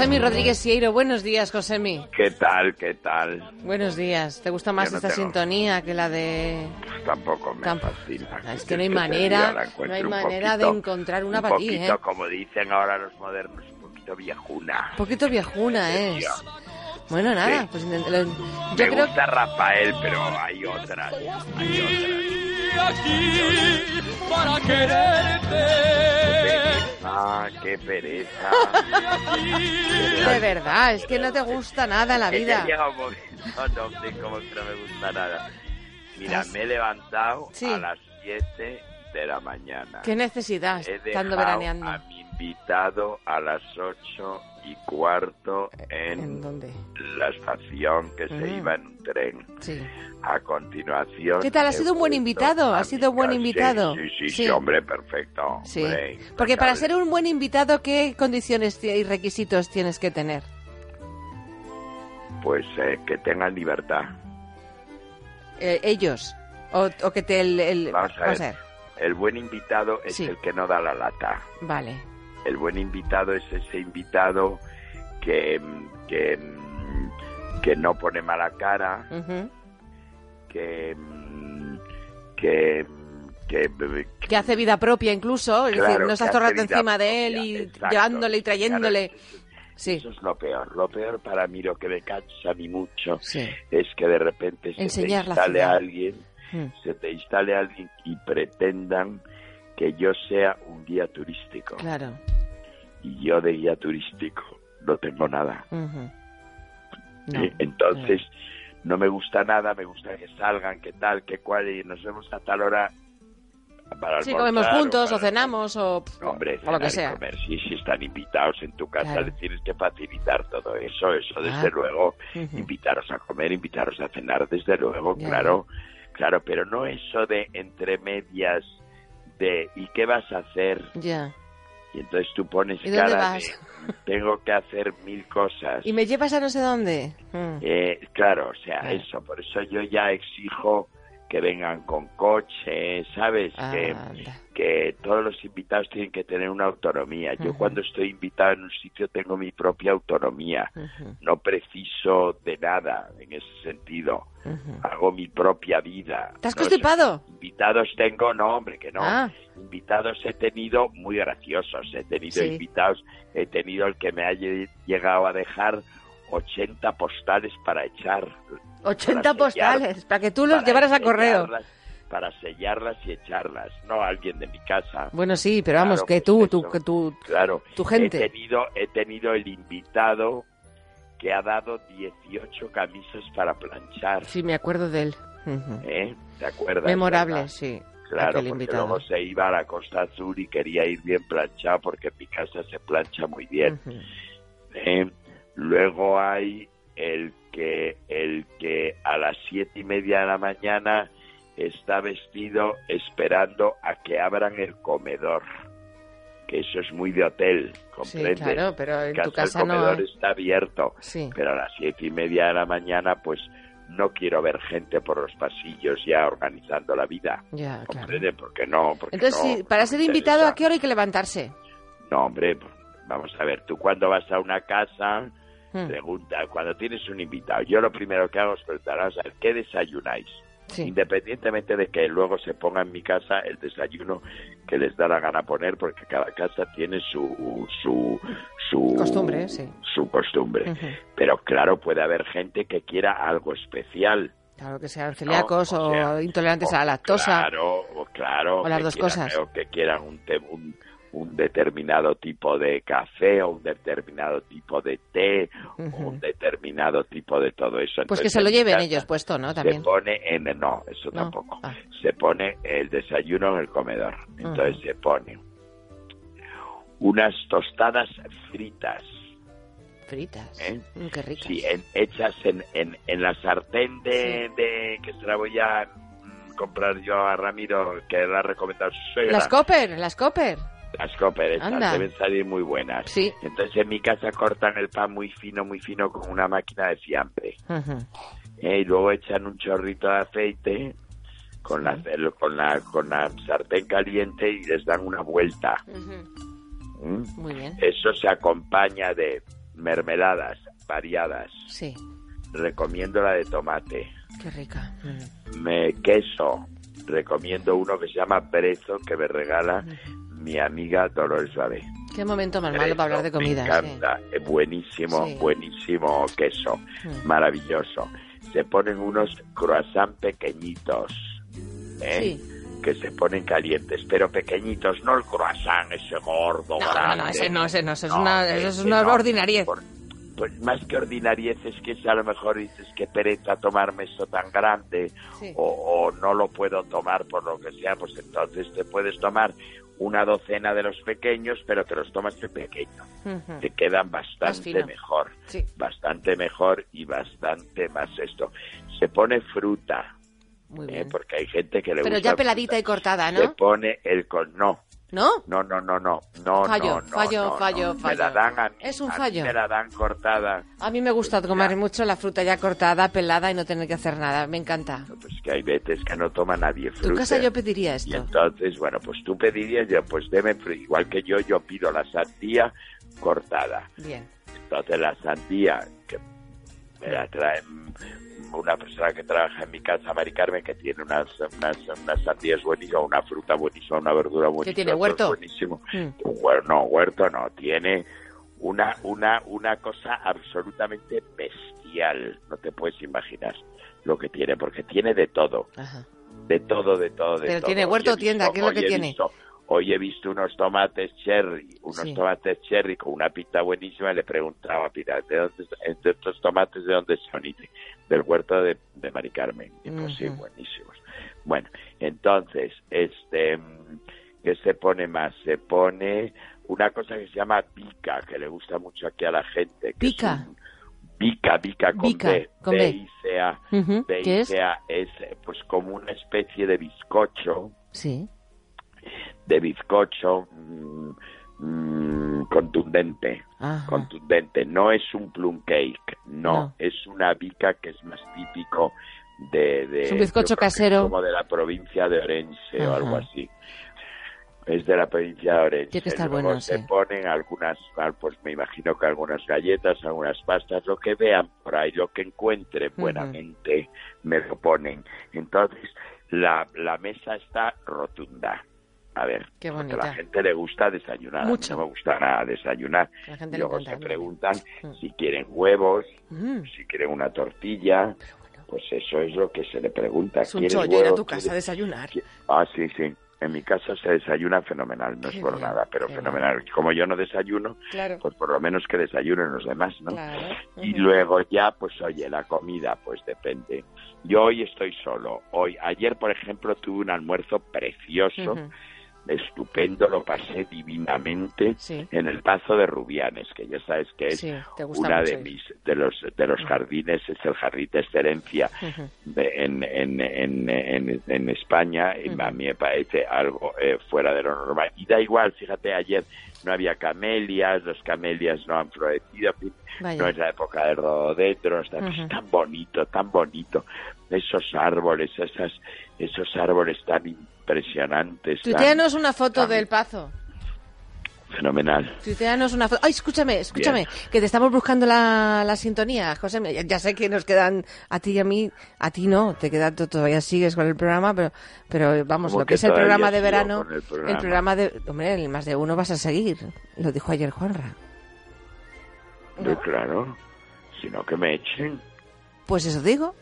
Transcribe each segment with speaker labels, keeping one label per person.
Speaker 1: Josemi Rodríguez Sieiro, buenos días, Josemi.
Speaker 2: ¿Qué tal? ¿Qué tal?
Speaker 1: Buenos días. ¿Te gusta más
Speaker 2: Yo no
Speaker 1: esta
Speaker 2: tengo-
Speaker 1: sintonía que la de...?
Speaker 2: Pues tampoco me
Speaker 1: Tampoco.
Speaker 2: fascina.
Speaker 1: Ah, Es
Speaker 2: Si
Speaker 1: que no hay
Speaker 2: te
Speaker 1: manera,
Speaker 2: digo, la
Speaker 1: no
Speaker 2: encuentro
Speaker 1: hay
Speaker 2: un
Speaker 1: manera de
Speaker 2: poquito-
Speaker 1: encontrar una
Speaker 2: un
Speaker 1: para ti,
Speaker 2: poquito,
Speaker 1: ¿eh?
Speaker 2: como dicen ahora los modernos, un poquito viejuna.
Speaker 1: Poquito viejuna es. Bueno, nada,
Speaker 2: Sí.
Speaker 1: pues intent- lo- yo
Speaker 2: me
Speaker 1: creo
Speaker 2: gusta Rafael, pero hay otras. Hay otras.
Speaker 3: aquí para quererte.
Speaker 2: Ah, qué pereza.
Speaker 1: de verdad, es que no te gusta nada la
Speaker 2: Es que
Speaker 1: vida.
Speaker 2: llega un momento, no sé cómo que no me gusta nada. Mira,
Speaker 1: Estás-
Speaker 2: me he levantado
Speaker 1: Sí.
Speaker 2: a las 7 de la mañana.
Speaker 1: Qué necesidad,
Speaker 2: He
Speaker 1: estando
Speaker 2: dejado
Speaker 1: veraneando.
Speaker 2: a mi invitado a las ocho y cuarto
Speaker 1: ¿En
Speaker 2: en
Speaker 1: dónde?
Speaker 2: la estación que se
Speaker 1: Mm.
Speaker 2: iba en un tren.
Speaker 1: Sí.
Speaker 2: A continuación...
Speaker 1: ¿Qué tal? ¿Ha
Speaker 2: he
Speaker 1: sido un buen
Speaker 2: vuelto
Speaker 1: invitado?
Speaker 2: a
Speaker 1: ¿Ha
Speaker 2: mi
Speaker 1: sido buen
Speaker 2: casa.
Speaker 1: invitado?
Speaker 2: Sí, sí, sí,
Speaker 1: Sí.
Speaker 2: hombre, perfecto.
Speaker 1: Sí.
Speaker 2: hombre,
Speaker 1: Porque para
Speaker 2: impecable.
Speaker 1: ser un buen invitado, ¿qué condiciones ti- y requisitos tienes que tener?
Speaker 2: Pues eh, que tengan libertad.
Speaker 1: Eh, ¿Ellos? ¿O, o que te el, el-
Speaker 2: Vamos a ver. El buen invitado es
Speaker 1: Sí.
Speaker 2: el que no da la lata.
Speaker 1: Vale.
Speaker 2: El buen invitado es ese invitado que, mm, que, mm, que no pone mala cara,
Speaker 1: Ujú.
Speaker 2: que mm, que mm, que,
Speaker 1: Que hace vida propia incluso, es
Speaker 2: Claro,
Speaker 1: decir, no estás
Speaker 2: que
Speaker 1: todo el
Speaker 2: hace
Speaker 1: rato
Speaker 2: vida
Speaker 1: encima de él
Speaker 2: propia,
Speaker 1: y
Speaker 2: exacto.
Speaker 1: llevándole y trayéndole. Sí,
Speaker 2: eso es lo peor lo peor para mí lo que me cansa a mí mucho
Speaker 1: sí.
Speaker 2: es que de repente se te
Speaker 1: Enseñar la
Speaker 2: instale
Speaker 1: ciudad.
Speaker 2: alguien
Speaker 1: Mm.
Speaker 2: se te instale alguien y pretendan que yo sea un guía turístico
Speaker 1: Claro.
Speaker 2: y yo de guía turístico no tengo nada
Speaker 1: Ujú. No,
Speaker 2: Eh, entonces no me gusta nada me gusta que salgan que tal que cual y nos vemos a tal hora para
Speaker 1: Sí, comemos
Speaker 2: almorzar o
Speaker 1: juntos o
Speaker 2: para-
Speaker 1: cenamos o,
Speaker 2: Hombre,
Speaker 1: o lo
Speaker 2: cenar y
Speaker 1: que sea.
Speaker 2: comer, sí, sí, están invitados en tu casa,
Speaker 1: Claro.
Speaker 2: les tienes que facilitar todo eso, eso desde
Speaker 1: Ah.
Speaker 2: luego,
Speaker 1: Ujú.
Speaker 2: invitaros a comer, invitaros a cenar, desde luego,
Speaker 1: Ya,
Speaker 2: claro, claro, pero no eso de entre medias de ¿y qué vas a hacer?
Speaker 1: Ya.
Speaker 2: Y entonces tú pones
Speaker 1: ¿Y dónde
Speaker 2: cara de
Speaker 1: vas?
Speaker 2: tengo que hacer mil cosas.
Speaker 1: Y me llevas a no sé dónde. Mm.
Speaker 2: Eh, claro, o sea,
Speaker 1: Claro.
Speaker 2: eso, por eso yo ya exijo que vengan con coche, ¿sabes? Que,
Speaker 1: Ah, Anda.
Speaker 2: que todos los invitados tienen que tener una autonomía. Yo
Speaker 1: Ujú.
Speaker 2: cuando estoy invitado en un sitio tengo mi propia autonomía.
Speaker 1: Ujú,
Speaker 2: No preciso de nada en ese sentido.
Speaker 1: ujú.
Speaker 2: Hago mi propia
Speaker 1: ¿Te
Speaker 2: vida.
Speaker 1: has
Speaker 2: Ah, No sé,
Speaker 1: constipado?
Speaker 2: Invitados tengo, no, hombre, que no.
Speaker 1: Ah.
Speaker 2: Invitados he tenido muy graciosos. He tenido
Speaker 1: Sí.
Speaker 2: invitados. He tenido el que me ha lle- llegado a dejar 80 postales para echar.
Speaker 1: 80
Speaker 2: sellar-
Speaker 1: postales para que tú los
Speaker 2: para
Speaker 1: llevaras a correo.
Speaker 2: sellarlas- Para sellarlas y echarlas. No alguien de mi casa.
Speaker 1: Bueno, sí, pero vamos,
Speaker 2: Claro,
Speaker 1: que
Speaker 2: pues
Speaker 1: tú,
Speaker 2: eso.
Speaker 1: tú, que tú,
Speaker 2: Claro.
Speaker 1: tu gente.
Speaker 2: He tenido, he tenido el invitado que ha dado 18 camisas para planchar.
Speaker 1: Sí, me acuerdo de él. Ujú.
Speaker 2: ¿eh? ¿Te acuerdas?
Speaker 1: Memorable,
Speaker 2: verdad?
Speaker 1: sí.
Speaker 2: Claro,
Speaker 1: aquel
Speaker 2: porque
Speaker 1: invitado.
Speaker 2: luego se iba a la Costa Azul y quería ir bien planchado porque en mi casa se plancha muy bien.
Speaker 1: Ujú.
Speaker 2: ¿eh? Luego hay el que, el que a las siete y media de la mañana está vestido esperando a que abran el comedor. Que eso es muy de hotel,
Speaker 1: Sí,
Speaker 2: ¿comprendes?
Speaker 1: claro, pero en
Speaker 2: Casa,
Speaker 1: tu casa
Speaker 2: el comedor
Speaker 1: no. ¿eh?
Speaker 2: está abierto,
Speaker 1: Sí.
Speaker 2: pero a las siete y media de la mañana, pues no quiero ver gente por los pasillos ya organizando la vida.
Speaker 1: Ya, claro.
Speaker 2: ¿Comprende? Porque no. Porque
Speaker 1: Entonces,
Speaker 2: no,
Speaker 1: sí, para
Speaker 2: no
Speaker 1: ser
Speaker 2: me
Speaker 1: invitado, ¿a
Speaker 2: interesa.
Speaker 1: qué hora hay que levantarse?
Speaker 2: No, hombre, pues, vamos a ver, tú cuando vas a una casa,
Speaker 1: Mm,
Speaker 2: pregunta, cuando tienes un invitado, yo lo primero que hago es preguntar, vamos a ver, ¿qué desayunáis?
Speaker 1: Sí.
Speaker 2: Independientemente de que luego se ponga en mi casa el desayuno que les da la gana poner, porque cada casa tiene su. su, su
Speaker 1: Costumbre, sí.
Speaker 2: Su costumbre.
Speaker 1: Ujú.
Speaker 2: Pero claro, puede haber gente que quiera algo especial.
Speaker 1: Claro que sean celíacos
Speaker 2: o
Speaker 1: o,
Speaker 2: sea,
Speaker 1: intolerantes
Speaker 2: o
Speaker 1: a la lactosa.
Speaker 2: Claro, o claro.
Speaker 1: O las
Speaker 2: que
Speaker 1: dos
Speaker 2: quieran-
Speaker 1: cosas.
Speaker 2: o que quieran un, te- un, un determinado tipo de café o un determinado tipo de té
Speaker 1: Ujú.
Speaker 2: o un determinado tipo de todo eso.
Speaker 1: Pues
Speaker 2: Entonces,
Speaker 1: que se lo
Speaker 2: en
Speaker 1: lleven
Speaker 2: casa
Speaker 1: ellos puesto, ¿no?
Speaker 2: Se
Speaker 1: También.
Speaker 2: pone en... No, eso
Speaker 1: No.
Speaker 2: tampoco.
Speaker 1: Ah.
Speaker 2: Se pone el desayuno en el comedor. Entonces se pone unas tostadas fritas
Speaker 1: Fritas.
Speaker 2: ¿eh?
Speaker 1: Mm, qué ricas.
Speaker 2: Sí, en- hechas en, en, en la sartén de, de- que se la voy a mm, comprar yo a Ramiro, que la ha recomendado su suegra.
Speaker 1: Las Copper, las Copper.
Speaker 2: Las Copper, estas
Speaker 1: Anda.
Speaker 2: deben salir muy buenas.
Speaker 1: Sí.
Speaker 2: Entonces en mi casa cortan el pan muy fino, muy fino con una máquina de fiambre.
Speaker 1: Ajá.
Speaker 2: ¿eh? Y luego echan un chorrito de aceite con la, el- con, la, con la sartén caliente y les dan una vuelta.
Speaker 1: Ujú.
Speaker 2: ¿m?
Speaker 1: Muy bien.
Speaker 2: Eso se acompaña de mermeladas variadas.
Speaker 1: Sí,
Speaker 2: Recomiendo la de tomate.
Speaker 1: qué rica. Mm.
Speaker 2: me queso. Recomiendo uno que se llama Brezo, que me regala mi amiga Dolores Babé.
Speaker 1: Qué momento más malo para hablar de comida.
Speaker 2: Me
Speaker 1: sí.
Speaker 2: encanta. Es buenísimo,
Speaker 1: Sí.
Speaker 2: buenísimo queso.
Speaker 1: Mm.
Speaker 2: Maravilloso. Se ponen unos croissant pequeñitos. ¿eh? Que se ponen calientes, pero pequeñitos, no el croissant ese gordo,
Speaker 1: No, no, no,
Speaker 2: grande.
Speaker 1: ese no, ese no, eso es
Speaker 2: No,
Speaker 1: una, eso es
Speaker 2: ese
Speaker 1: una
Speaker 2: no.
Speaker 1: ordinariez.
Speaker 2: Por- pues más que ordinariez es que es a lo mejor dices que pereza tomarme esto tan grande
Speaker 1: Sí.
Speaker 2: o, o no lo puedo tomar por lo que sea, pues entonces te puedes tomar una docena de los pequeños, pero te los tomas de pequeño.
Speaker 1: Ujú.
Speaker 2: Te quedan
Speaker 1: Más
Speaker 2: bastante
Speaker 1: fino.
Speaker 2: mejor,
Speaker 1: Sí.
Speaker 2: bastante mejor y bastante más esto. Se pone fruta,
Speaker 1: Muy
Speaker 2: ¿eh?
Speaker 1: bien.
Speaker 2: porque hay gente que le
Speaker 1: Pero
Speaker 2: gusta... pues,
Speaker 1: ya peladita y cortada,
Speaker 2: Se
Speaker 1: ¿no?
Speaker 2: pone el con... No,
Speaker 1: ¿No?
Speaker 2: no, no, no, no, no,
Speaker 1: Fallo,
Speaker 2: no, no,
Speaker 1: fallo,
Speaker 2: no,
Speaker 1: fallo,
Speaker 2: no. Me
Speaker 1: fallo.
Speaker 2: la dan a mí-
Speaker 1: Es un
Speaker 2: a mí
Speaker 1: fallo.
Speaker 2: me la dan cortada.
Speaker 1: A mí me gusta comer
Speaker 2: Ya.
Speaker 1: mucho la fruta ya cortada, pelada y no tener que hacer nada. Me encanta.
Speaker 2: No, Pues que hay veces que no toma nadie
Speaker 1: En
Speaker 2: fruta.
Speaker 1: tu casa yo pediría
Speaker 2: Y
Speaker 1: esto.
Speaker 2: entonces, bueno, pues tú pedirías, yo, pues deme, fru- igual que yo, yo pido la sandía cortada.
Speaker 1: Bien.
Speaker 2: Entonces la sandía que me la trae mm, una persona que trabaja en mi casa, Mari Carmen, que tiene unas, unas, unas sandías buenísimas, una fruta buenísima, una verdura buenísima.
Speaker 1: tiene,
Speaker 2: todo
Speaker 1: huerto?
Speaker 2: Buenísimo.
Speaker 1: Mm.
Speaker 2: Un huer- no, huerto no, tiene una, una, una cosa absolutamente bestial, no te puedes imaginar lo que tiene, porque tiene de todo.
Speaker 1: Ajá.
Speaker 2: De todo, de todo, de
Speaker 1: Pero
Speaker 2: todo.
Speaker 1: tiene
Speaker 2: Hoy
Speaker 1: huerto
Speaker 2: he
Speaker 1: o tienda, ¿qué es lo
Speaker 2: hoy
Speaker 1: que
Speaker 2: he
Speaker 1: tiene?
Speaker 2: visto- hoy he visto unos tomates cherry, unos
Speaker 1: Sí.
Speaker 2: tomates cherry con una pinta buenísima. y Le preguntaba, mira, ¿de dónde de estos tomates de dónde son? Y dice, del huerto de, de Mari Carmen. Y pues sí,
Speaker 1: Ujú.
Speaker 2: buenísimos. Bueno, entonces, este, mm, ¿qué se pone más? Se pone una cosa que se llama pica, que le gusta mucho aquí a la gente. que es
Speaker 1: Pica.
Speaker 2: un- Pica, pica con
Speaker 1: Pica,
Speaker 2: B,
Speaker 1: con B.
Speaker 2: B-I-C-A.
Speaker 1: Ujú.
Speaker 2: De
Speaker 1: ¿Qué es?
Speaker 2: Ikea es eh, pues como una especie de bizcocho,
Speaker 1: Sí.
Speaker 2: de bizcocho mm, mm, contundente,
Speaker 1: Ajá.
Speaker 2: contundente. No es un plum cake, no,
Speaker 1: No.
Speaker 2: es una bica que es más típico de, de-
Speaker 1: Es un bizcocho
Speaker 2: yo creo que es
Speaker 1: casero.
Speaker 2: como de la provincia de Orense o
Speaker 1: Ajá.
Speaker 2: algo así. Es de la provincia de Orense.
Speaker 1: Tiene que estar
Speaker 2: Luego
Speaker 1: bueno,
Speaker 2: se
Speaker 1: sí.
Speaker 2: ponen algunas, ah, pues me imagino que algunas galletas, algunas pastas, lo que vean por ahí, lo que encuentren buenamente, me lo ponen. Entonces, la, la mesa está rotunda. A ver,
Speaker 1: Qué
Speaker 2: porque a
Speaker 1: bonita.
Speaker 2: la gente le gusta desayunar. a mí
Speaker 1: Mucho.
Speaker 2: No me gusta nada desayunar.
Speaker 1: A la gente le
Speaker 2: Y luego
Speaker 1: encanta,
Speaker 2: se
Speaker 1: ¿no?
Speaker 2: preguntan
Speaker 1: Mm.
Speaker 2: si quieren huevos,
Speaker 1: Mm.
Speaker 2: si quieren una tortilla.
Speaker 1: Pero bueno.
Speaker 2: Pues eso es lo que se le pregunta.
Speaker 1: Es un
Speaker 2: ¿Quieres
Speaker 1: chollo ir a
Speaker 2: huevos?
Speaker 1: tu casa a
Speaker 2: ¿Quieres-
Speaker 1: desayunar.
Speaker 2: qui- Ah, sí, sí. En mi casa se desayuna fenomenal, no
Speaker 1: Qué
Speaker 2: es por
Speaker 1: bien,
Speaker 2: nada, pero
Speaker 1: qué
Speaker 2: fenomenal. Como yo no desayuno,
Speaker 1: Claro.
Speaker 2: pues por lo menos que desayunen los demás, ¿no?
Speaker 1: Claro.
Speaker 2: Y
Speaker 1: Ujú.
Speaker 2: luego ya, pues oye, la comida, pues depende. Yo hoy estoy solo. Hoy, ayer, por ejemplo, tuve un almuerzo precioso,
Speaker 1: Ujú.
Speaker 2: estupendo, lo pasé divinamente
Speaker 1: Sí.
Speaker 2: en el Pazo de Rubianes, que ya sabes que es
Speaker 1: Sí, te gusta
Speaker 2: una
Speaker 1: mucho
Speaker 2: de
Speaker 1: ir.
Speaker 2: mis de los de los jardines, es el jardín de excelencia
Speaker 1: Ujú.
Speaker 2: de- en, en, en, en, en España y
Speaker 1: Ujú.
Speaker 2: a mí me parece algo eh, fuera de lo normal. Y da igual, fíjate, ayer no había camelias, las camelias no han florecido, en fin,
Speaker 1: Vaya.
Speaker 2: no es la época de rododendros, tan-
Speaker 1: Ujú.
Speaker 2: es tan bonito, tan bonito, esos árboles, esas, esos árboles tan impresionantes, tan
Speaker 1: Tuiteanos una foto
Speaker 2: tan-
Speaker 1: del Pazo.
Speaker 2: fenomenal.
Speaker 1: Tuiteanos una foto. Ay, escúchame, escúchame, que te estamos buscando la, la sintonía, José. Ya, ya sé que nos quedan a ti y a mí, a ti no, te quedan tú todavía sigues con el programa, pero pero vamos,
Speaker 2: ¿Cómo
Speaker 1: lo que,
Speaker 2: que
Speaker 1: es el
Speaker 2: todavía
Speaker 1: programa de
Speaker 2: sigo
Speaker 1: verano,
Speaker 2: con el programa?
Speaker 1: de hombre, en el más de uno vas a seguir. Lo dijo ayer Juanra.
Speaker 2: Yo, claro, sino que me echen.
Speaker 1: Pues eso digo.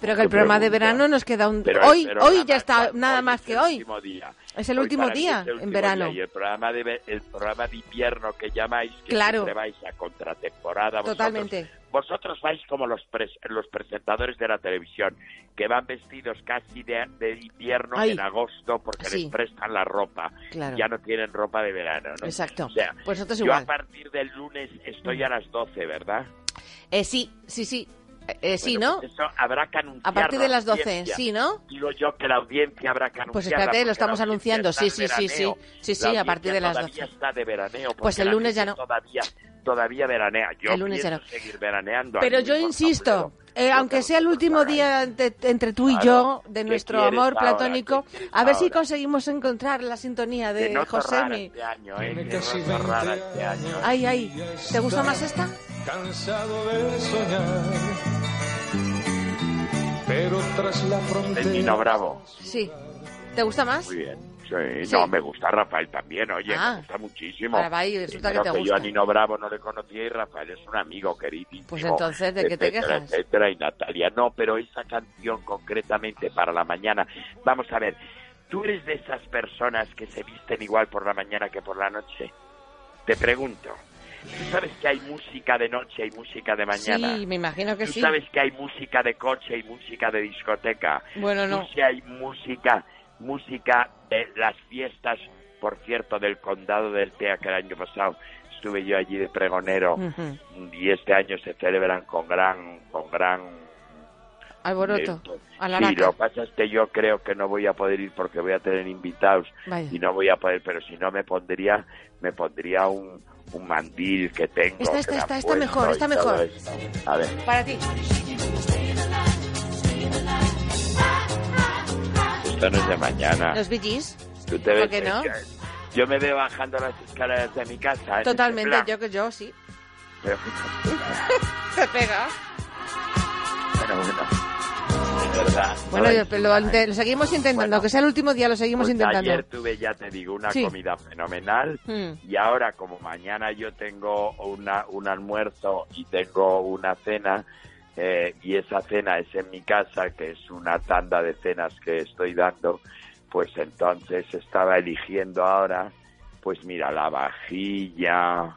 Speaker 1: Pero que el programa de
Speaker 2: pregunta.
Speaker 1: verano nos queda un...
Speaker 2: Pero-
Speaker 1: hoy
Speaker 2: pero
Speaker 1: hoy
Speaker 2: nada
Speaker 1: ya
Speaker 2: más,
Speaker 1: está,
Speaker 2: hoy-
Speaker 1: nada
Speaker 2: hoy
Speaker 1: más
Speaker 2: es
Speaker 1: que
Speaker 2: el
Speaker 1: hoy.
Speaker 2: último día.
Speaker 1: Es el
Speaker 2: Hoy
Speaker 1: último
Speaker 2: para mí
Speaker 1: día,
Speaker 2: es el
Speaker 1: en
Speaker 2: último
Speaker 1: verano.
Speaker 2: día. Y el programa de ve- el programa de invierno que llamáis que
Speaker 1: Claro.
Speaker 2: siempre vais a contratemporada vosotros.
Speaker 1: Totalmente.
Speaker 2: Vosotros vais como los pres- los presentadores de la televisión que van vestidos casi de, de invierno
Speaker 1: Ay.
Speaker 2: en agosto porque
Speaker 1: Sí.
Speaker 2: les prestan la ropa.
Speaker 1: Claro.
Speaker 2: Ya no tienen ropa de verano, ¿no?
Speaker 1: Exacto.
Speaker 2: O sea,
Speaker 1: Pues nosotros
Speaker 2: yo
Speaker 1: igual. Mm.
Speaker 2: a partir del lunes estoy a las 12, ¿verdad?
Speaker 1: Eh, sí, sí, sí. Eh, eh, sí,
Speaker 2: Bueno,
Speaker 1: ¿no?
Speaker 2: pues eso habrá que anunciar
Speaker 1: A partir de las 12,
Speaker 2: audiencia.
Speaker 1: sí, ¿no?
Speaker 2: Digo yo que la audiencia habrá que anunciar.
Speaker 1: Pues espérate, lo estamos anunciando. Sí, sí, sí, sí. Sí, sí, a partir de las 12.
Speaker 2: está de veraneo. porque
Speaker 1: Pues el
Speaker 2: la
Speaker 1: lunes
Speaker 2: gente
Speaker 1: ya no.
Speaker 2: Todavía, todavía veranea. Yo
Speaker 1: El lunes ya
Speaker 2: pienso seguir veraneando.
Speaker 1: Pero
Speaker 2: ahí
Speaker 1: yo
Speaker 2: en
Speaker 1: insisto,
Speaker 2: Portafuelo.
Speaker 1: eh,
Speaker 2: Yo
Speaker 1: aunque
Speaker 2: creo
Speaker 1: sea el
Speaker 2: que
Speaker 1: último
Speaker 2: estará
Speaker 1: día
Speaker 2: ahí.
Speaker 1: ente- entre tú y yo,
Speaker 2: Claro.
Speaker 1: de
Speaker 2: ¿Qué
Speaker 1: nuestro
Speaker 2: quieres
Speaker 1: amor
Speaker 2: ahora?
Speaker 1: platónico,
Speaker 2: ¿Qué quieres
Speaker 1: a ver si
Speaker 2: ahora?
Speaker 1: conseguimos encontrar la sintonía
Speaker 2: Que
Speaker 1: de
Speaker 2: no torrara
Speaker 1: Josemi.
Speaker 2: este año, eh.
Speaker 4: Tiene
Speaker 2: que no
Speaker 4: casi
Speaker 2: torrara
Speaker 4: 20
Speaker 2: este año.
Speaker 4: años.
Speaker 1: Ay, ay, ¿te gusta más esta?
Speaker 4: Cansado de soñar. Pero tras la
Speaker 2: De
Speaker 4: frontera.
Speaker 2: Nino Bravo.
Speaker 1: Sí. ¿Te gusta más?
Speaker 2: Muy bien. Sí,
Speaker 1: Sí.
Speaker 2: no, me gusta Rafael también, oye,
Speaker 1: Ah.
Speaker 2: me gusta muchísimo.
Speaker 1: Ahora va y resulta
Speaker 2: Primero
Speaker 1: que te
Speaker 2: yo a
Speaker 1: gusta.
Speaker 2: Nino Bravo no le conocía y Rafael es un amigo queridísimo.
Speaker 1: Pues entonces, ¿de qué te
Speaker 2: etcétera,
Speaker 1: quejas?
Speaker 2: Etcétera, y Natalia, no, pero esa canción concretamente para la mañana, vamos a ver, ¿tú eres de esas personas que se visten igual por la mañana que por la noche? Te pregunto. ¿Tú sabes que hay música de noche y música de mañana?
Speaker 1: Sí, me imagino que
Speaker 2: Tú
Speaker 1: sí.
Speaker 2: sabes que hay música de coche y música de discoteca.
Speaker 1: Bueno, no.
Speaker 2: Tú sí hay música, música de las fiestas, por cierto, del condado del Tea, que el año pasado estuve yo allí de pregonero
Speaker 1: Ujú.
Speaker 2: y este año se celebran con gran, con gran
Speaker 1: Alboroto.
Speaker 2: eh,
Speaker 1: A la
Speaker 2: sí,
Speaker 1: araca.
Speaker 2: lo que pasa es que yo creo que no voy a poder ir porque voy a tener invitados
Speaker 1: Vaya.
Speaker 2: y no voy a poder, pero si no me pondría, me pondría un, un mandil que tengo.
Speaker 1: Esta,
Speaker 2: que
Speaker 1: esta,
Speaker 2: me han
Speaker 1: esta, esta
Speaker 2: puesto
Speaker 1: mejor,
Speaker 2: y
Speaker 1: esta
Speaker 2: todo
Speaker 1: mejor.
Speaker 2: esto. A ver.
Speaker 1: Para ti.
Speaker 2: Esto no es de mañana.
Speaker 1: Los Bee Gees.
Speaker 2: Tú te
Speaker 1: ¿Por
Speaker 2: ves-
Speaker 1: qué no?
Speaker 2: Yo me veo bajando las escaleras de mi casa. ¿eh? en
Speaker 1: Totalmente,
Speaker 2: ese
Speaker 1: yo
Speaker 2: plan.
Speaker 1: que yo, sí.
Speaker 2: Pero-
Speaker 1: Se pega.
Speaker 2: Bueno, bueno. De verdad.
Speaker 1: Bueno,
Speaker 2: Ay,
Speaker 1: yo- pero lo, inte- lo seguimos intentando,
Speaker 2: Bueno.
Speaker 1: aunque sea el último día, lo seguimos
Speaker 2: pues
Speaker 1: intentando.
Speaker 2: Ayer tuve, ya te digo, una
Speaker 1: Sí.
Speaker 2: comida fenomenal.
Speaker 1: Mm.
Speaker 2: Y ahora, como mañana yo tengo una, un almuerzo y tengo una cena, eh, y esa cena es en mi casa, que es una tanda de cenas que estoy dando, pues entonces estaba eligiendo ahora, pues mira, la vajilla,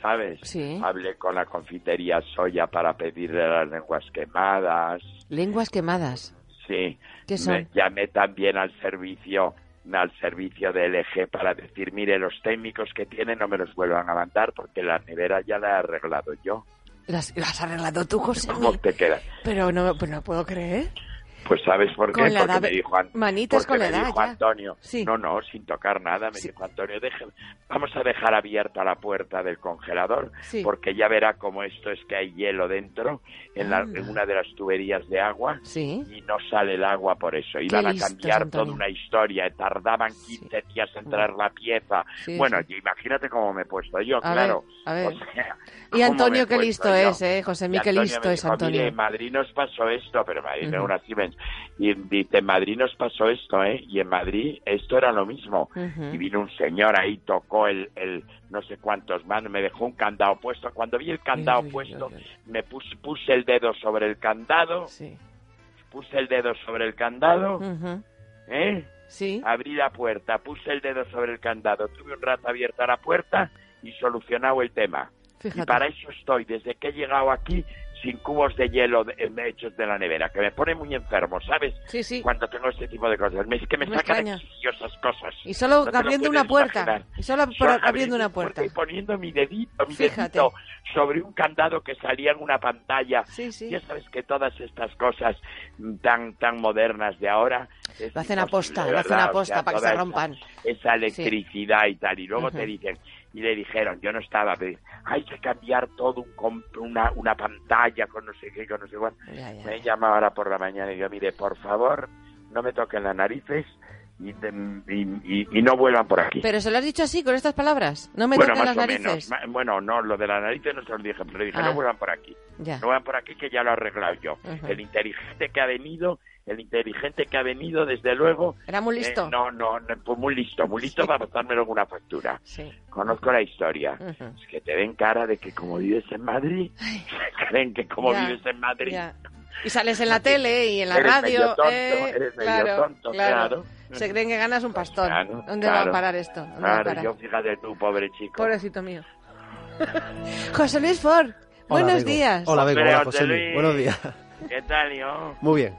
Speaker 2: ¿sabes?
Speaker 1: Sí.
Speaker 2: Hablé con la confitería Soya para pedirle las lenguas quemadas.
Speaker 1: Lenguas quemadas.
Speaker 2: Sí.
Speaker 1: ¿Qué son?
Speaker 2: Me llamé también al servicio al servicio de LG para decir, mire, los técnicos que tienen no me los vuelvan a mandar porque la nevera ya la he arreglado yo.
Speaker 1: ¿Las, las has arreglado tú, José?
Speaker 2: ¿Cómo te queda?
Speaker 1: Pero no, pues no puedo creer.
Speaker 2: Pues ¿sabes por qué?
Speaker 1: Con la
Speaker 2: Porque
Speaker 1: edad
Speaker 2: me
Speaker 1: de-
Speaker 2: dijo, An-
Speaker 1: manitas
Speaker 2: porque
Speaker 1: con la
Speaker 2: me
Speaker 1: edad,
Speaker 2: dijo
Speaker 1: ya.
Speaker 2: Antonio,
Speaker 1: Sí.
Speaker 2: no, no, sin tocar nada, me
Speaker 1: Sí.
Speaker 2: dijo Antonio, "Deje- vamos a dejar abierta la puerta del congelador
Speaker 1: Sí.
Speaker 2: porque ya verá como esto es que hay hielo dentro en, la-
Speaker 1: Anda.
Speaker 2: en una de las tuberías de agua
Speaker 1: Sí.
Speaker 2: y no sale el agua por eso. Iban a
Speaker 1: listos,
Speaker 2: cambiar
Speaker 1: Antonio.
Speaker 2: toda una historia, tardaban 15 días en traer la pieza.
Speaker 1: Sí,
Speaker 2: bueno,
Speaker 1: sí.
Speaker 2: y imagínate cómo me he puesto yo,
Speaker 1: A
Speaker 2: claro.
Speaker 1: ver, a ver.
Speaker 2: O sea,
Speaker 1: Y
Speaker 2: cómo
Speaker 1: Antonio,
Speaker 2: me he
Speaker 1: qué
Speaker 2: puesto
Speaker 1: listo
Speaker 2: yo.
Speaker 1: es, ¿eh? José,
Speaker 2: Y
Speaker 1: mi, qué
Speaker 2: Antonio
Speaker 1: listo
Speaker 2: me
Speaker 1: es
Speaker 2: dijo,
Speaker 1: Antonio.
Speaker 2: "Mire, en Madrid nos pasó esto, pero en Madrid no
Speaker 1: Ujú.
Speaker 2: era una Siemens. Y dice, en Madrid nos pasó esto, ¿eh? Y en Madrid esto era lo mismo.
Speaker 1: Ujú.
Speaker 2: Y vino un señor ahí, tocó el, el no sé cuántos manos, me dejó un candado puesto. Cuando vi el candado
Speaker 1: uy, uy,
Speaker 2: puesto,
Speaker 1: uy, uy.
Speaker 2: me pus- puse el dedo sobre el candado
Speaker 1: Sí.
Speaker 2: puse el dedo sobre el candado,
Speaker 1: Ujú.
Speaker 2: ¿eh?
Speaker 1: Sí.
Speaker 2: abrí la puerta, puse el dedo sobre el candado, tuve un rato abierta la puerta y solucionado el tema.
Speaker 1: Fíjate.
Speaker 2: Y para eso estoy, desde que he llegado aquí, sin cubos de hielo de- eh, hechos de la nevera, que me pone muy enfermo, ¿sabes?
Speaker 1: Sí, sí.
Speaker 2: Cuando tengo este tipo de cosas, me, es que me,
Speaker 1: Me
Speaker 2: sacan
Speaker 1: extraña.
Speaker 2: exquisiosas cosas.
Speaker 1: Y solo
Speaker 2: No te lo
Speaker 1: abriendo
Speaker 2: puedes
Speaker 1: una puerta.
Speaker 2: imaginar.
Speaker 1: Y solo por-
Speaker 2: Solo
Speaker 1: abriendo una puerta.
Speaker 2: Y poniendo mi dedito, mi
Speaker 1: Fíjate.
Speaker 2: dedito sobre un candado que salía en una pantalla.
Speaker 1: Sí, sí.
Speaker 2: Ya sabes que todas estas cosas tan tan modernas de ahora es
Speaker 1: Lo hacen a posta,
Speaker 2: imposible, Pues, de
Speaker 1: lo hacen
Speaker 2: verdad,
Speaker 1: a
Speaker 2: o
Speaker 1: posta
Speaker 2: sea,
Speaker 1: para que
Speaker 2: toda
Speaker 1: se
Speaker 2: esa-
Speaker 1: rompan.
Speaker 2: Esa electricidad y tal y luego
Speaker 1: Ujú.
Speaker 2: te dicen y le dijeron, yo no estaba, pero hay que cambiar todo un com- una una pantalla con no sé qué, con no sé cuál.
Speaker 1: Ya, ya.
Speaker 2: Me llamaba ahora por la mañana y yo, mire, por favor, no me toquen las narices y, te- y- y- y no vuelvan por aquí.
Speaker 1: Pero se lo has dicho así, con estas palabras. No me
Speaker 2: bueno,
Speaker 1: toquen las
Speaker 2: más o
Speaker 1: narices.
Speaker 2: menos. Ma- Bueno, no, lo de las narices no se lo dije, pero dije,
Speaker 1: Ah.
Speaker 2: no vuelvan por aquí.
Speaker 1: Ya.
Speaker 2: No van por aquí que ya lo he arreglado yo.
Speaker 1: Ujú.
Speaker 2: El inteligente que ha venido, el inteligente que ha venido, desde luego.
Speaker 1: Era muy
Speaker 2: eh,
Speaker 1: listo.
Speaker 2: no, no, no, pues muy listo, muy listo para pasarme luego una factura.
Speaker 1: Sí.
Speaker 2: Conozco la historia.
Speaker 1: Ujú.
Speaker 2: Es que te ven cara de que como vives en Madrid, creen que como
Speaker 1: Ya,
Speaker 2: vives en Madrid,
Speaker 1: ya. Y sales en la tele y en la
Speaker 2: Eres
Speaker 1: radio.
Speaker 2: medio tonto,
Speaker 1: eh,
Speaker 2: eres medio
Speaker 1: claro,
Speaker 2: tonto, claro. Pues
Speaker 1: Se creen que ganas un pastón.
Speaker 2: Claro,
Speaker 1: ¿Dónde va
Speaker 2: claro.
Speaker 1: a parar esto? ¿Dónde va a
Speaker 2: Claro,
Speaker 1: parar?
Speaker 2: yo fíjate tú, pobre chico.
Speaker 1: Pobrecito mío. José Luis Ford,
Speaker 5: Hola,
Speaker 1: buenos
Speaker 5: Bego.
Speaker 1: días.
Speaker 5: Hola, Bego.
Speaker 2: Hombre,
Speaker 5: Hola,
Speaker 2: José
Speaker 5: José Luis.
Speaker 2: Luis.
Speaker 5: Buenos días.
Speaker 2: ¿Qué tal, yo?
Speaker 5: Muy bien.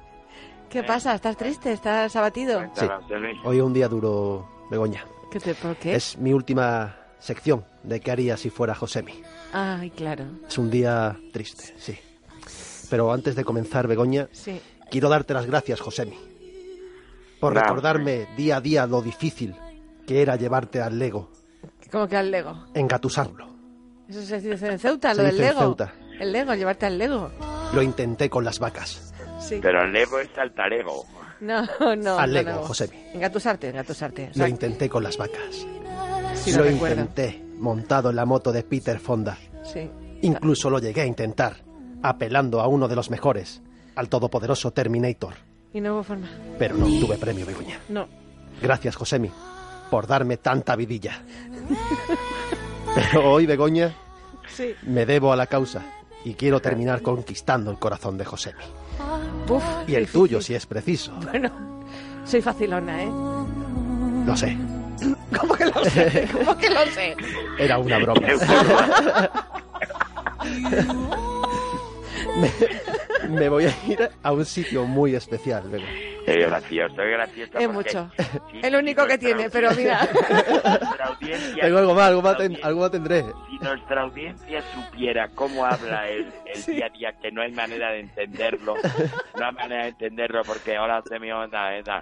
Speaker 1: ¿Qué pasa? ¿Estás triste? ¿Estás abatido?
Speaker 5: Sí. Hoy es un día duro, Begoña.
Speaker 1: ¿Qué te, ¿Por qué?
Speaker 5: Es mi última sección de qué haría si fuera Josemi.
Speaker 1: Ay, claro.
Speaker 5: Es un día triste, sí. Pero antes de comenzar, Begoña,
Speaker 1: Sí.
Speaker 5: quiero darte las gracias, Josemi, por
Speaker 2: Bravo.
Speaker 5: recordarme día a día lo difícil que era llevarte al Lego,
Speaker 1: Como que al Lego.
Speaker 5: engatusarlo.
Speaker 1: Eso se dice en Ceuta,
Speaker 5: Se
Speaker 1: lo del
Speaker 5: dice en
Speaker 1: Lego.
Speaker 5: Ceuta.
Speaker 1: El Lego, llevarte al Lego.
Speaker 5: Lo intenté con las vacas.
Speaker 1: Sí.
Speaker 2: Pero Levo es saltarego.
Speaker 1: No, no.
Speaker 5: Al
Speaker 1: no,
Speaker 5: Lego,
Speaker 1: no.
Speaker 5: Josemi.
Speaker 1: Engatusarte, engatusarte. O
Speaker 5: Lo
Speaker 1: sea,
Speaker 5: intenté con las vacas.
Speaker 1: sí,
Speaker 5: lo
Speaker 1: lo recuerdo.
Speaker 5: intenté montado en la moto de Peter Fonda.
Speaker 1: Sí.
Speaker 5: Incluso lo llegué a intentar, apelando a uno de los mejores, al todopoderoso Terminator.
Speaker 1: Y no hubo forma.
Speaker 5: Pero no obtuve premio, Begoña.
Speaker 1: No.
Speaker 5: Gracias, Josemi, por darme tanta vidilla. Pero hoy, Begoña,
Speaker 1: Sí.
Speaker 5: me debo a la causa y quiero terminar conquistando el corazón de Josemi.
Speaker 1: Uf,
Speaker 5: Y el
Speaker 1: difícil.
Speaker 5: tuyo, si es preciso.
Speaker 1: Bueno, soy facilona, ¿eh?
Speaker 5: Lo sé,
Speaker 1: ¿Cómo que lo sé? ¿Cómo que lo sé?
Speaker 5: era una broma. Me, me voy a ir a un sitio muy especial, Begoña.
Speaker 2: Es gracioso, es gracioso.
Speaker 1: Es
Speaker 2: porque
Speaker 1: mucho.
Speaker 2: sí,
Speaker 1: El único
Speaker 2: sí,
Speaker 1: que tiene, pero mira.
Speaker 2: nuestra audiencia-
Speaker 5: Tengo algo más, algo más, ten-
Speaker 2: nuestra
Speaker 5: algo más tendré.
Speaker 2: audiencia- Si nuestra audiencia supiera cómo habla el, el día a día, que no hay manera de entenderlo, no hay manera de entenderlo, porque ahora se me onda, eh, esa.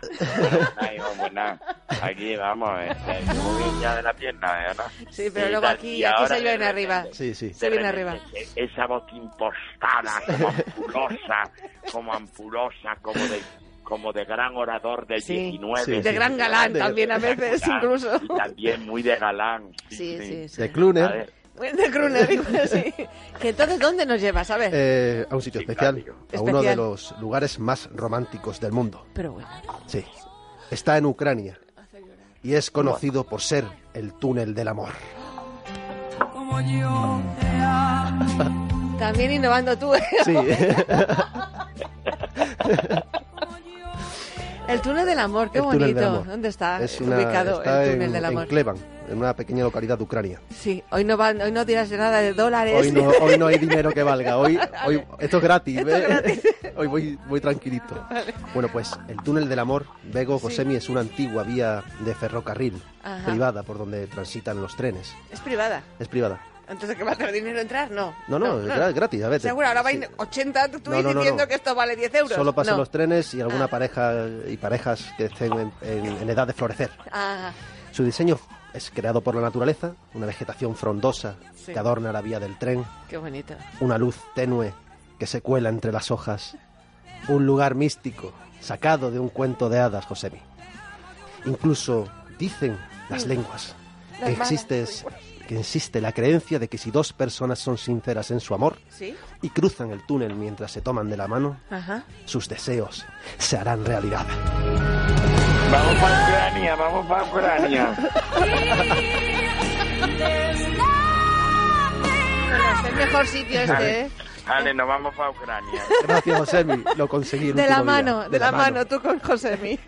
Speaker 2: Aquí vamos, este, como guiña de la pierna, ¿verdad?
Speaker 1: Sí, pero
Speaker 2: Y
Speaker 1: luego
Speaker 2: tal,
Speaker 1: aquí,
Speaker 2: y
Speaker 1: aquí
Speaker 2: ahora
Speaker 1: se
Speaker 2: de
Speaker 1: llueve
Speaker 2: repente-
Speaker 1: arriba.
Speaker 5: Sí, sí.
Speaker 1: Se
Speaker 2: de
Speaker 1: viene
Speaker 2: repente,
Speaker 1: arriba.
Speaker 2: e- Esa voz impostada, como ampulosa, como ampulosa, como de, como de gran orador del
Speaker 1: Sí.
Speaker 2: 19.
Speaker 5: Sí,
Speaker 1: De
Speaker 5: sí.
Speaker 1: gran galán
Speaker 5: De-
Speaker 1: también a veces, incluso.
Speaker 2: Y también muy de galán.
Speaker 1: Sí, sí, sí. Pues
Speaker 5: De
Speaker 2: A
Speaker 5: Cluner
Speaker 2: ver,
Speaker 1: De Gruner, sí. Que entonces, ¿dónde nos llevas? A ver.
Speaker 5: eh, a un sitio
Speaker 2: Sí,
Speaker 5: especial,
Speaker 2: claro.
Speaker 5: a uno de
Speaker 1: Especial.
Speaker 5: los lugares más románticos del mundo.
Speaker 1: Pero bueno.
Speaker 5: Sí. Está en Ucrania y es conocido por ser el túnel del amor.
Speaker 1: También innovando tú. ¿eh?
Speaker 5: Sí.
Speaker 1: El túnel del amor, qué
Speaker 5: El túnel del
Speaker 1: bonito.
Speaker 5: amor.
Speaker 1: ¿Dónde está
Speaker 5: Es una-
Speaker 1: ubicado
Speaker 5: está
Speaker 1: el túnel
Speaker 5: en,
Speaker 1: del
Speaker 5: en
Speaker 1: amor?
Speaker 5: Kleban, en una pequeña localidad de Ucrania.
Speaker 1: Sí, hoy no, van, hoy no dirás nada de dólares.
Speaker 5: Hoy no, hoy no hay dinero que valga. Hoy, hoy esto es gratis.
Speaker 1: Esto es
Speaker 5: ¿eh?
Speaker 1: gratis.
Speaker 5: Hoy voy, voy tranquilito. Bueno, pues el túnel del amor, Bego Josemi, es una antigua vía de ferrocarril
Speaker 1: Ajá.
Speaker 5: privada por donde transitan los trenes.
Speaker 1: Es privada.
Speaker 5: Es privada.
Speaker 1: Entonces, ¿qué va a hacer dinero entrar? No.
Speaker 5: No, no, es gra- gratis. A ver, te-
Speaker 1: Seguro, ahora
Speaker 5: sí.
Speaker 1: van 80 tú
Speaker 5: No, no, no,
Speaker 1: diciendo
Speaker 5: no.
Speaker 1: que esto vale 10 euros.
Speaker 5: Solo pasan
Speaker 1: No.
Speaker 5: los trenes y alguna
Speaker 1: Ah.
Speaker 5: pareja y parejas que estén en, en- en edad de florecer.
Speaker 1: Ah,
Speaker 5: Su diseño es creado por la naturaleza, una vegetación frondosa
Speaker 1: Sí.
Speaker 5: que adorna la vía del tren,
Speaker 1: qué bonito.
Speaker 5: una luz tenue que se cuela entre las hojas, un lugar místico sacado de un cuento de hadas, Josemi. Incluso dicen las lenguas
Speaker 1: Mm. Las
Speaker 5: que
Speaker 1: malas
Speaker 5: existe, que existe la creencia de que si dos personas son sinceras en su amor
Speaker 1: ¿Sí?
Speaker 5: y cruzan el túnel mientras se toman de la mano,
Speaker 1: Ajá.
Speaker 5: sus deseos se harán realidad.
Speaker 2: Vamos para Ucrania, vamos para Ucrania.
Speaker 1: Bueno, es el mejor sitio este, ¿eh?
Speaker 2: Ale, nos vamos para Ucrania.
Speaker 5: Gracias, Josemi, lo conseguí. el
Speaker 1: De la
Speaker 5: último día.
Speaker 1: mano, de, la, mano, tú con Josemi.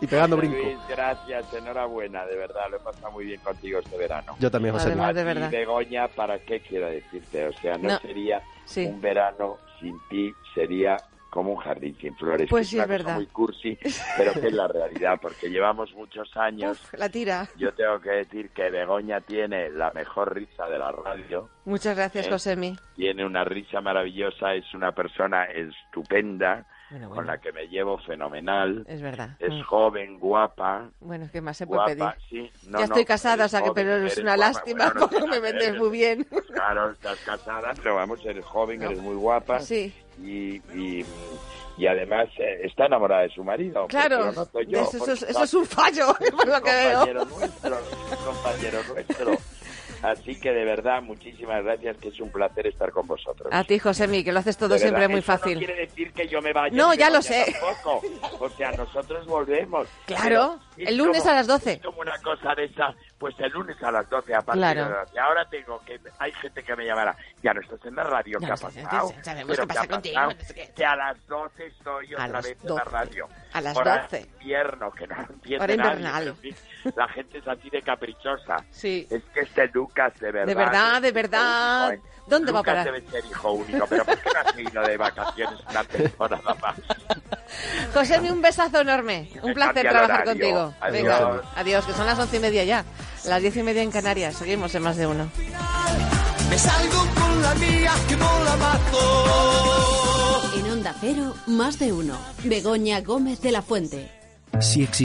Speaker 5: Y pegando
Speaker 2: Luis,
Speaker 5: brinco.
Speaker 2: gracias, enhorabuena, de verdad, lo he pasado muy bien contigo este verano.
Speaker 5: Yo también, Josemi.
Speaker 1: Además- No, de
Speaker 2: A ti,
Speaker 1: verdad.
Speaker 2: Begoña, ¿para qué quiero decirte? O sea, no,
Speaker 1: No.
Speaker 2: sería
Speaker 1: Sí.
Speaker 2: un verano sin ti, sería como un jardín sin flores.
Speaker 1: Pues sí,
Speaker 2: una
Speaker 1: es
Speaker 2: cosa
Speaker 1: verdad.
Speaker 2: Muy cursi, pero que es la realidad, porque llevamos muchos años.
Speaker 1: Uf, la tira.
Speaker 2: Yo tengo que decir que Begoña tiene la mejor risa de la radio,
Speaker 1: Muchas gracias,
Speaker 2: Eh.
Speaker 1: Josemi.
Speaker 2: tiene una risa maravillosa, es una persona estupenda,
Speaker 1: Bueno, bueno.
Speaker 2: con la que me llevo fenomenal.
Speaker 1: Es verdad.
Speaker 2: Es
Speaker 1: Mm.
Speaker 2: joven, guapa,
Speaker 1: Bueno, ¿qué más se puede pedir?
Speaker 2: guapa, sí. No,
Speaker 1: ya
Speaker 2: no,
Speaker 1: estoy casada, o
Speaker 2: eres
Speaker 1: sea que
Speaker 2: joven,
Speaker 1: pero es
Speaker 2: eres
Speaker 1: una
Speaker 2: guapa.
Speaker 1: lástima
Speaker 2: Bueno, no
Speaker 1: porque
Speaker 2: tiene
Speaker 1: me
Speaker 2: nada que
Speaker 1: vendes
Speaker 2: ver.
Speaker 1: muy bien.
Speaker 2: Claro, estás casada, pero vamos, eres joven,
Speaker 1: No.
Speaker 2: eres muy guapa.
Speaker 1: Sí.
Speaker 2: Y, y, y además eh, está enamorada de su marido.
Speaker 1: Claro,
Speaker 2: porque lo noto
Speaker 1: de
Speaker 2: yo,
Speaker 1: eso, eso
Speaker 2: porque
Speaker 1: es-
Speaker 2: está-
Speaker 1: eso es un fallo, por lo que
Speaker 2: compañero
Speaker 1: veo.
Speaker 2: nuestro, un compañero nuestro. Así que de verdad, muchísimas gracias, que es un placer estar con vosotros.
Speaker 1: A ti, Josemi, que lo haces todo
Speaker 2: De
Speaker 1: siempre
Speaker 2: verdad,
Speaker 1: muy
Speaker 2: eso
Speaker 1: fácil.
Speaker 2: No quiere decir que yo me vaya.
Speaker 1: No,
Speaker 2: que
Speaker 1: ya lo
Speaker 2: vaya
Speaker 1: sé.
Speaker 2: Tampoco. O sea, nosotros volvemos.
Speaker 1: Claro,
Speaker 2: Pero es
Speaker 1: el lunes
Speaker 2: como-
Speaker 1: a las 12.
Speaker 2: Es como una cosa de esa Pues el lunes a las 12 a partir
Speaker 1: Claro.
Speaker 2: de las 12. Ahora tengo que... Hay gente que me llamará. Ya no estás en la radio,
Speaker 1: Ya
Speaker 2: ¿qué
Speaker 1: no
Speaker 2: ha
Speaker 1: estás en-
Speaker 2: pasado?
Speaker 1: ya sabemos
Speaker 2: Pero
Speaker 1: qué pasa
Speaker 2: ha
Speaker 1: contigo,
Speaker 2: pasado?
Speaker 1: no sé qué.
Speaker 2: Que a las 12 estoy
Speaker 1: A
Speaker 2: otra
Speaker 1: las
Speaker 2: vez en la
Speaker 1: 12.
Speaker 2: radio.
Speaker 1: A las
Speaker 2: Hora
Speaker 1: 12.
Speaker 2: invierno, que no lo entiende
Speaker 1: Hora
Speaker 2: nadie,
Speaker 1: invernal.
Speaker 2: pero en fin, la gente es así de caprichosa.
Speaker 1: Sí.
Speaker 2: Es que este Lucas, de verdad.
Speaker 1: De verdad, de
Speaker 2: es
Speaker 1: verdad.
Speaker 2: hijo único, ¿eh?
Speaker 1: ¿Dónde va a
Speaker 2: Lucas
Speaker 1: parar?
Speaker 2: debe ser hijo único, pero ¿por qué no ha seguido de vacaciones una temporada más?
Speaker 1: José, un besazo enorme. Un
Speaker 2: Me
Speaker 1: placer
Speaker 2: cambia el
Speaker 1: trabajar
Speaker 2: horario.
Speaker 1: contigo. Venga,
Speaker 2: Adiós.
Speaker 1: adiós, que son las once y media ya. Las diez y media en Canarias. Seguimos en más de uno.
Speaker 6: Me salgo con la mía que no la mato.
Speaker 7: En Onda Cero, más de uno. Begoña Gómez de la Fuente.
Speaker 8: Si existe